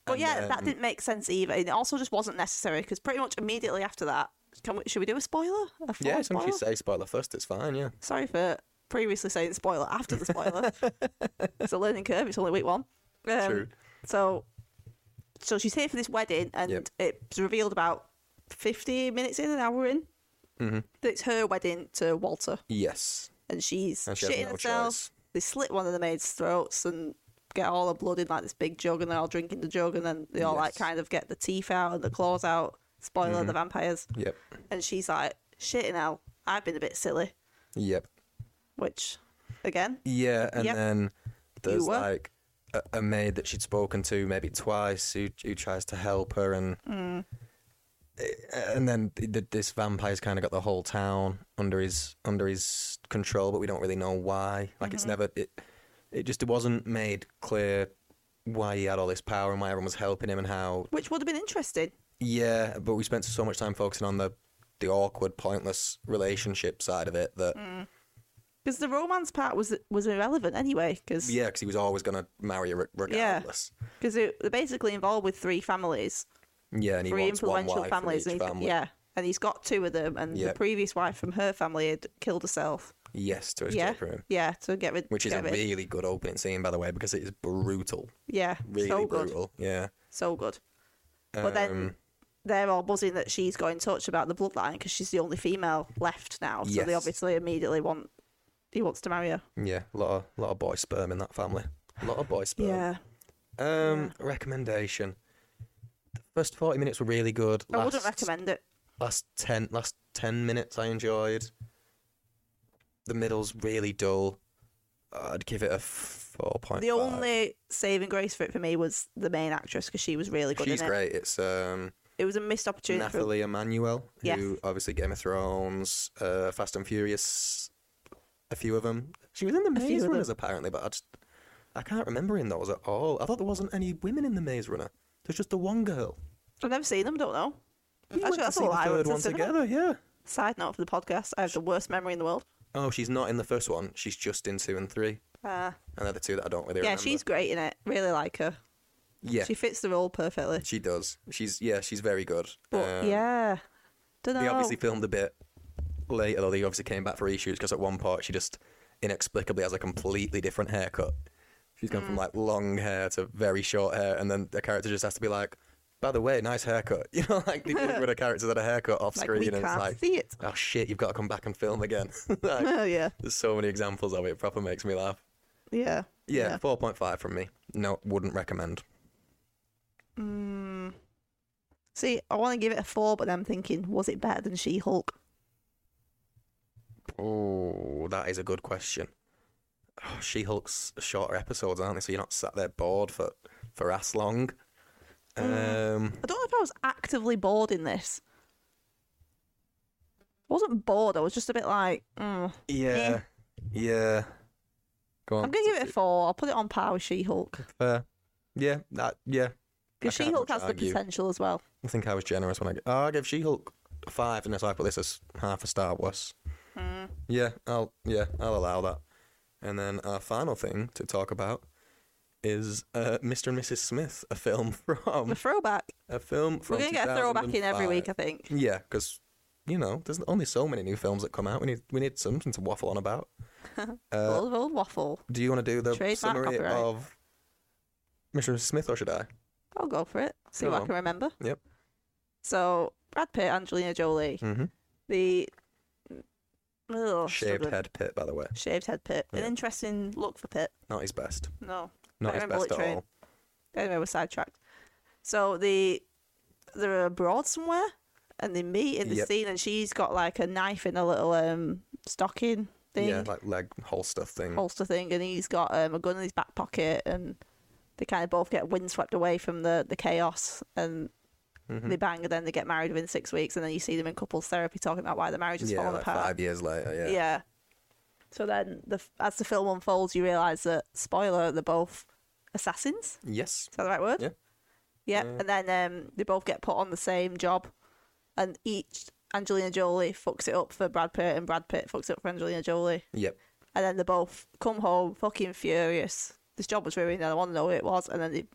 S2: But
S1: And,
S2: yeah, that
S1: um,
S2: didn't make sense either, and it also just wasn't necessary because pretty much immediately after that, can we, should we do a spoiler? A full
S1: yeah, as long as
S2: spoiler?
S1: you say spoiler first, it's fine. Yeah,
S2: Sorry for previously saying spoiler after the spoiler. it's a learning curve. It's only week one. Um,
S1: True.
S2: So, so she's here for this wedding, and
S1: Yep.
S2: it's revealed about fifty minutes in, an hour in,
S1: Mm-hmm.
S2: that it's her wedding to Walter,
S1: yes,
S2: and she's
S1: And she has
S2: shitting
S1: no
S2: herself.
S1: choice.
S2: They slit one of the maids' throats and get all the blood in like this big jug, and they're all drinking the jug, and then they all like
S1: Yes. Mm-hmm.
S2: kind of get the teeth out and the claws out. Spoiler: the vampires.
S1: yep,
S2: And she's like, "Shitting hell, I've been a bit silly,"
S1: yep,
S2: which, again,
S1: yeah, and
S2: Yep.
S1: then there's
S2: were.
S1: like a, a maid that she'd spoken to maybe twice who who tries to help her, and Eh, and then th- th- this vampire's kind of got the whole town under his under his control, but we don't really know why. Like it's never it it just wasn't made clear why he had all this power and why everyone was helping him and how
S2: which would have been interesting.
S1: Yeah, but we spent so much time focusing on the the awkward, pointless relationship side of it that yeah, 'cause
S2: Because the romance part was was irrelevant anyway. Because
S1: yeah, because he was always gonna marry her re- regardless.
S2: they're basically involved with three families,
S1: Yeah, and he
S2: three
S1: wants one
S2: influential
S1: wife
S2: families.
S1: from each
S2: and he's-
S1: family.
S2: Yeah, and he's got two of them, and
S1: Yeah.
S2: the previous wife from her family had killed herself.
S1: Yes, to
S2: yeah,
S1: escape from him,
S2: yeah, to get rid.
S1: which is a
S2: get rid.
S1: really good opening scene, by the way, because it is brutal,
S2: yeah,
S1: really
S2: so good,
S1: brutal. Yeah,
S2: so good. But then
S1: Um,
S2: they're all buzzing that she's got in touch about the bloodline because she's the only female left now. So they
S1: Yes.
S2: obviously immediately want he wants to marry her.
S1: yeah, lot of lot of boy sperm in that family, lot of boy sperm.
S2: Yeah,
S1: Um, recommendation. The first forty minutes were really good.
S2: I wouldn't
S1: Last-
S2: recommend it.
S1: last 10 last 10 minutes i enjoyed the middle's really dull i'd give it a 4.5
S2: The only saving grace for it for me was the main actress because she was really good
S1: she's
S2: in it.
S1: great it's um
S2: It was a missed opportunity. for-
S1: nathalie emmanuel
S2: Yes.
S1: who obviously game of thrones uh fast and furious a few of them she was in the
S2: few
S1: maze
S2: of
S1: runners apparently but i just i can't remember in those at all i thought there wasn't any women in the maze runner there's just the one girl
S2: I've never seen them. Don't know.
S1: You
S2: Actually,
S1: went to
S2: that's
S1: see
S2: all
S1: the
S2: I went
S1: third
S2: to
S1: one
S2: cinema.
S1: together yeah
S2: Side note for the podcast: I have the worst memory in the world.
S1: oh she's not in the first one she's just in two and three
S2: Uh,
S1: and they're the two that i don't really
S2: yeah,
S1: remember
S2: she's great in it. Really like her.
S1: yeah
S2: She fits the role perfectly.
S1: She does. She's yeah, she's very good.
S2: But
S1: Um,
S2: yeah, don't know.
S1: They obviously filmed a bit later though. They obviously came back for reshoots because at one part she just inexplicably has a completely different haircut. She's gone from like long hair to very short hair, and then the character just has to be like, by the way, nice haircut. You know, like they did when a character's had a haircut off
S2: Like,
S1: screen
S2: we
S1: and it's
S2: can't
S1: like,
S2: see it.
S1: oh shit, you've got to come back and film again. Like,
S2: yeah,
S1: there's so many examples of it. It proper makes me laugh.
S2: yeah,
S1: Yeah, 4.5 from me. No, wouldn't recommend.
S2: Mm. See, I want to give it a four, but then I'm thinking, was it better than She Hulk?
S1: Oh, that is a good question. Oh, she Hulk's shorter episodes, aren't they? So you're not sat there bored for for as long. Um,
S2: I don't know if I was actively bored in this. I wasn't bored. I was just a bit like, mm.
S1: yeah, yeah. Go on.
S2: I'm gonna give it a four. I'll put it on par with She Hulk
S1: Fair. Yeah, that. Yeah, I
S2: because She
S1: can't
S2: Hulk
S1: much
S2: has the
S1: argue.
S2: potential as well.
S1: I think I was generous when I. g- Oh, I gave She Hulk five, and so I put this as half a Star Wars.
S2: Mm.
S1: Yeah, I'll yeah I'll allow that. And then our final thing to talk about is uh, Mr. and Mrs. Smith, a film
S2: The
S1: from
S2: throwback.
S1: a film from.
S2: We're gonna get a throwback in every
S1: 2005.
S2: week, I think.
S1: Yeah, because you know, there's only so many new films that come out. We need we need something to waffle on about. Uh,
S2: Old, old waffle.
S1: do you want to do the
S2: Trademark
S1: summary
S2: copyright.
S1: of Mr. and Mrs. Smith, or should I?
S2: I'll go for it. See
S1: Go
S2: what I
S1: on.
S2: can remember.
S1: Yep.
S2: So Brad Pitt, Angelina Jolie,
S1: Mm-hmm.
S2: the Ugh,
S1: Shaved
S2: struggling.
S1: head pit, by the way,
S2: Shaved head Pitt.
S1: Yeah.
S2: An interesting look for Pitt.
S1: not his best.
S2: No.
S1: Not
S2: Better
S1: his
S2: than Bullet
S1: best at
S2: Train.
S1: all.
S2: Anyway, we're sidetracked. So the they're abroad somewhere, and they meet in the
S1: Yep.
S2: scene, and she's got like a knife in a little um stocking thing, Oh,
S1: Yeah, like leg holster thing.
S2: holster thing, and he's got um, a gun in his back pocket, and they kind of both get windswept away from the the chaos, and
S1: Mhm.
S2: they bang, and then they get married within six weeks, and then you see them in couples therapy talking about why the marriage is
S1: yeah,
S2: falling
S1: like
S2: apart.
S1: five years later.
S2: yeah.
S1: Yeah.
S2: So then, the f- as the film unfolds, you realise that spoiler, they're both assassins.
S1: Yes.
S2: Is that the right word?
S1: Yeah.
S2: Yeah.
S1: Yeah.
S2: And then um, they both get put on the same job, and each Angelina Jolie fucks it up for Brad Pitt, and Brad Pitt fucks it up for Angelina Jolie,
S1: Yep.
S2: and then they both come home fucking furious. This job was ruined, and I want to know who it was. And then they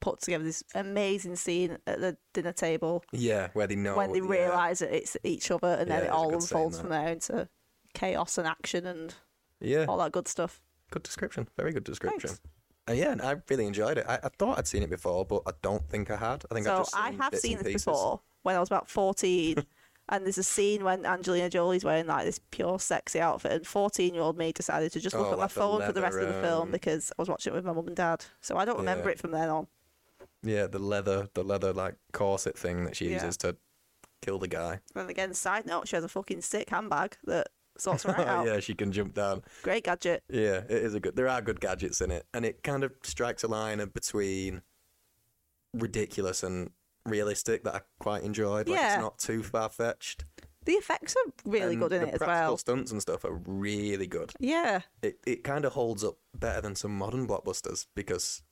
S2: put together this amazing scene at the dinner table
S1: Yeah, where they know
S2: when they
S1: Oh, yeah.
S2: realise that it's each other, and then
S1: Yeah,
S2: it
S1: there's a
S2: all
S1: good scene
S2: unfolds
S1: there.
S2: from there into chaos and action and
S1: Yeah.
S2: all that good stuff.
S1: Good description. Very good description.
S2: Thanks.
S1: Uh, yeah, and I really enjoyed it. I, I thought I'd seen it before, but I don't think I had. I think I've
S2: So
S1: just seen
S2: I have
S1: bits
S2: seen
S1: and
S2: this
S1: pieces.
S2: before when I was about 14. and there's a scene when Angelina Jolie's wearing like this pure sexy outfit. And 14 year old me decided to just look
S1: Oh,
S2: at my
S1: like the
S2: phone for the rest of the
S1: leather,
S2: film
S1: um,
S2: because I was watching it with my mum and dad. So I don't remember
S1: Yeah.
S2: it from then on.
S1: Yeah, the leather, the leather like corset thing that she
S2: Yeah.
S1: uses to kill the guy.
S2: And again, side note, she has a fucking sick handbag that sorts her right out.
S1: Oh, yeah, she can jump down.
S2: Great gadget.
S1: Yeah, it is a good. There are good gadgets in it, and it kind of strikes a line of between ridiculous and realistic that I quite enjoyed. Like
S2: Yeah.
S1: it's not too far fetched.
S2: The effects are really good in
S1: the
S2: it as
S1: practical
S2: well.
S1: stunts and stuff are really good.
S2: Yeah.
S1: It it kind of holds up better than some modern blockbusters because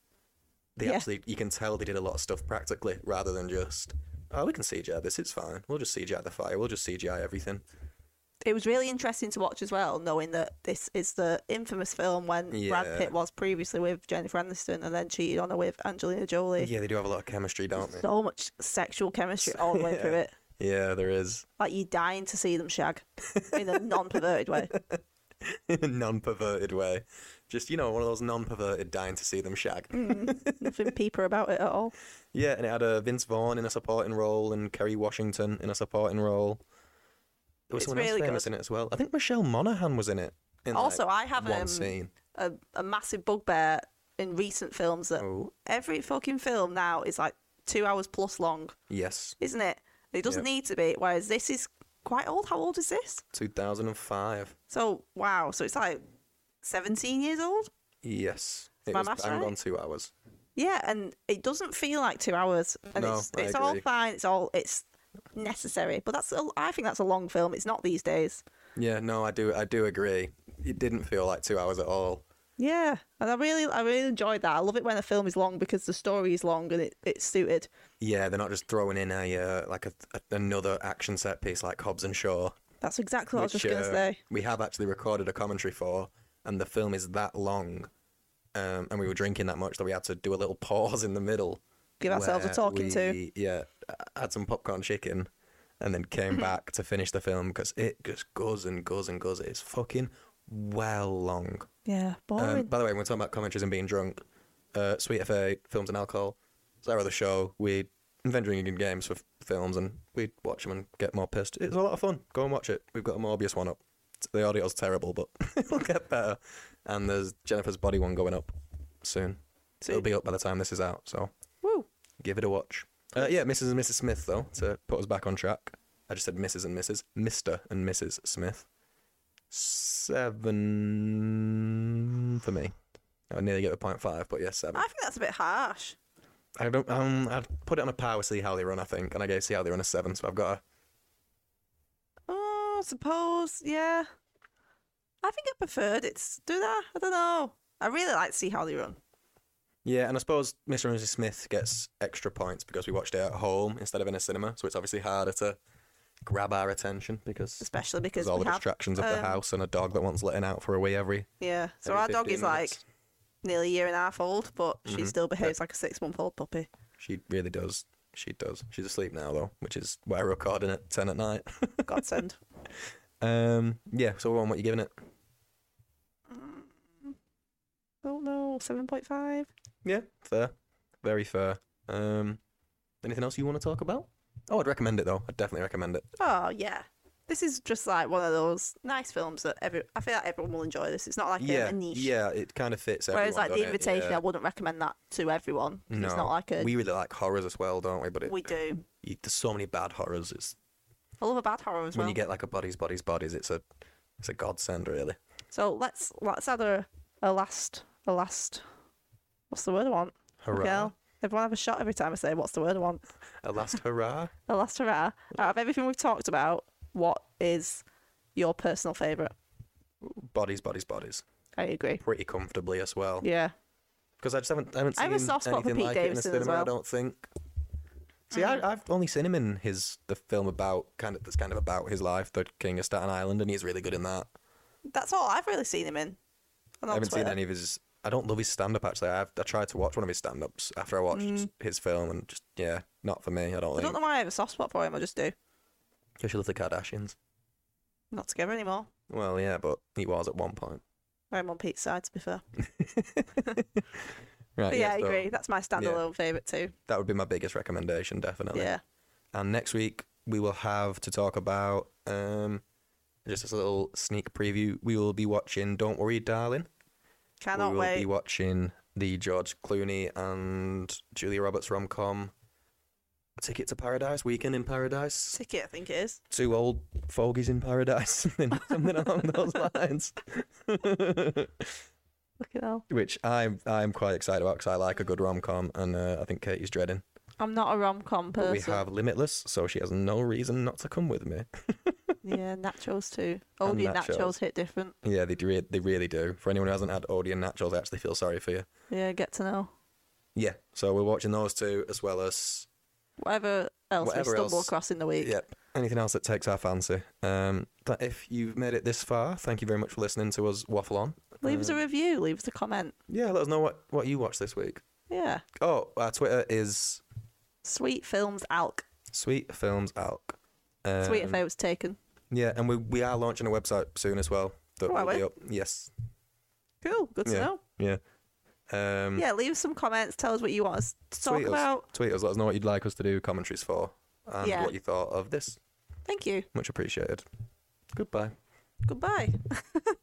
S1: they
S2: Yeah.
S1: actually you can tell they did a lot of stuff practically rather than just oh we can CGI this it's fine we'll just CGI the fire we'll just CGI everything.
S2: It was really interesting to watch as well, knowing that this is the infamous film when
S1: Yeah.
S2: Brad Pitt was previously with Jennifer Aniston and then cheated on her with Angelina Jolie.
S1: Yeah, they do have a lot of chemistry, don't they?
S2: so much sexual chemistry all the way through it.
S1: Yeah, there is
S2: Like you're dying to see them shag in a non-perverted way.
S1: non-perverted way, just you know one of those non-perverted dying to see them shag.
S2: Mm. Nothing peeper about it at all.
S1: Yeah, and it had uh, Vince Vaughn in a supporting role and Kerry Washington in a supporting role. There was
S2: It's
S1: someone
S2: really
S1: else famous
S2: good.
S1: in it as well. I think Michelle Monaghan was in it. In like,
S2: also, I have
S1: one
S2: um,
S1: scene.
S2: a, a massive bugbear in recent films that
S1: Oh,
S2: every fucking film now is like two hours plus long,
S1: yes,
S2: isn't it? It doesn't
S1: Yep.
S2: need to be. Whereas this is quite old. How old is this?
S1: 2005.
S2: So wow. So it's like 17 years old.
S1: Yes, it
S2: my
S1: was
S2: maths
S1: banged
S2: right?
S1: on two hours.
S2: Yeah, and it doesn't feel like two hours, and
S1: No,
S2: it's
S1: I
S2: it's all
S1: agree.
S2: fine. It's all it's necessary, but that's a, I think that's a long film. It's not these days.
S1: Yeah, no, I do, I do agree. It didn't feel like two hours at all.
S2: Yeah, and I really I really enjoyed that. I love it when a film is long because the story is long and it, it's suited.
S1: Yeah, they're not just throwing in a uh, like a, a, another action set piece like Hobbs and Shaw.
S2: That's exactly what I was
S1: which,
S2: just gonna
S1: uh,
S2: say.
S1: We have actually recorded a commentary for, and the film is that long, um, and we were drinking that much that we had to do a little pause in the middle.
S2: Give ourselves a
S1: where
S2: talking to.
S1: we, Yeah, had some popcorn chicken, and then came
S2: Mm-hmm.
S1: back to finish the film because it just goes and goes and goes. It's fucking well long.
S2: Yeah,
S1: Um,
S2: boring.
S1: by the way, when we're talking about commentaries and being drunk, uh, Sweet FA, Films and Alcohol, it's our other show. We and then drinking games for f- films, and we'd watch them and get more pissed. It's a lot of fun. Go and watch it. We've got a Morbius one up. T- The audio's terrible, but it'll get better. And there's Jennifer's Body one going up soon. It'll
S2: Soon.
S1: be up by the time this is out, so
S2: Woo.
S1: give it a watch. Uh, yeah, Mrs. and Mrs. Smith, though, to put us back on track. I just said Mrs. and Mrs. Mr. and Mrs. Smith. Seven for me. I nearly get a point five, but yeah, seven.
S2: I think that's a bit harsh.
S1: I don't. Um, I'd put it on a power. See how they run. I think, and I gave see how they run a seven. So I've got a.
S2: Oh, I suppose, yeah. I think I preferred it to do that. I don't know. I really like to see how they run.
S1: Yeah, and I suppose Mr. and Mrs. Smith gets extra points because we watched it at home instead of in a cinema, so it's obviously harder to grab our attention because
S2: Especially because
S1: there's all
S2: we
S1: the
S2: have,
S1: distractions of the
S2: um,
S1: house and a dog that wants letting out for a wee every.
S2: yeah. So
S1: every
S2: our dog
S1: 15
S2: is like
S1: minutes.
S2: nearly a year and a half old, but she
S1: Mhm.
S2: still behaves like a six month old puppy.
S1: She really does. She does. She's asleep now though, which is why we're recording at ten at night.
S2: Godsend.
S1: um, yeah. So on what you giving it?
S2: Mm, oh no, seven point five.
S1: Yeah, fair. Very fair. Um, anything else you want to talk about? Oh, I'd recommend it though. I'd definitely recommend it.
S2: Oh yeah. This is just like one of those nice films that every I feel like everyone will enjoy this. It's not like a-
S1: yeah,
S2: a niche.
S1: yeah, it kind of fits.
S2: Whereas
S1: everyone,
S2: like the
S1: don't it?
S2: invitation,
S1: Yeah.
S2: I wouldn't recommend that to everyone. 'cause It's
S1: No,
S2: not like a
S1: we really like horrors as well, don't we? But it,
S2: we do.
S1: you- there's so many bad horrors. It's
S2: I love a bad horror as
S1: when
S2: well.
S1: you get like a bodies, bodies, bodies. It's a it's a godsend, really.
S2: So let's let's add a, a last a last what's the word I want?
S1: Hurrah!
S2: Miguel? Everyone have a shot every time I say what's the word I want.
S1: A last hurrah!
S2: A last hurrah. Out of everything we've talked about, what is your personal favourite?
S1: Bodies, bodies, bodies.
S2: I agree.
S1: Pretty comfortably as well.
S2: Yeah.
S1: Because I just haven't I haven't
S2: I
S1: seen
S2: have a soft spot for
S1: anything
S2: Pete
S1: like it in a
S2: Davidson as
S1: cinema. I
S2: well. Um,
S1: don't think. See, I, I've only seen him in his the film about kind of that's kind of about his life, The King of Staten Island, and he's really good in that.
S2: That's all I've really seen him in.
S1: I haven't seen any of his. I don't love his stand up actually. I've, I tried to watch one of his stand ups after I watched his film and just, yeah, not for me. I don't
S2: Mm. I don't
S1: think.
S2: know why I have a soft spot for him, I just do.
S1: Because she loved the Kardashians.
S2: Not together anymore.
S1: Well, yeah, but he was at one point.
S2: I'm on Pete's side to be fair.
S1: Right.
S2: But yeah, I
S1: Uh, so
S2: agree. That's my standalone favourite too.
S1: That would be my biggest recommendation, definitely.
S2: Yeah.
S1: And next week we will have to talk about um, just as a little sneak preview. We will be watching Don't Worry, Darling.
S2: Cannot
S1: we will
S2: wait.
S1: be watching the George Clooney and Julia Roberts rom com Ticket to Paradise, Weekend in Paradise,
S2: Ticket, I think it is.
S1: Two Old Fogies in Paradise, something, something along those lines.
S2: Look at all.
S1: Which I'm I'm quite excited about because I like a good rom com and uh, I think Katie's dreading.
S2: I'm not a rom com
S1: But
S2: person.
S1: we have Limitless, so she has no reason not to come with me.
S2: Yeah, nachos too. Oh,
S1: And
S2: yeah,
S1: nachos.
S2: nachos. hit different.
S1: Yeah, they re- they really do. For anyone who hasn't had Odie and Naturals, I actually feel sorry for you.
S2: Yeah, get to know.
S1: Yeah, so we're watching those two as well as
S2: Whatever else
S1: Whatever
S2: we stumble
S1: else-
S2: across in the week.
S1: yep anything else that takes our fancy. Um, that if you've made it this far, thank you very much for listening to us waffle on.
S2: Leave
S1: Uh,
S2: us a review, leave us a comment.
S1: Yeah, let us know what what you watched this week.
S2: Yeah.
S1: Oh, our Twitter is
S2: Sweet films alk.
S1: Sweet Films Alk. Um,
S2: Sweet if I was taken.
S1: Yeah, and we we are launching a website soon as well. That
S2: Oh, are
S1: will be
S2: we?
S1: up. Yes.
S2: Cool, good to
S1: yeah.
S2: know.
S1: Yeah. Um,
S2: Yeah, leave us some comments, tell us what you want us to talk
S1: tweet
S2: about.
S1: Us, tweet us. Let us know what you'd like us to do commentaries for, and
S2: Yeah.
S1: what you thought of this.
S2: Thank you.
S1: Much appreciated. Goodbye.
S2: Goodbye.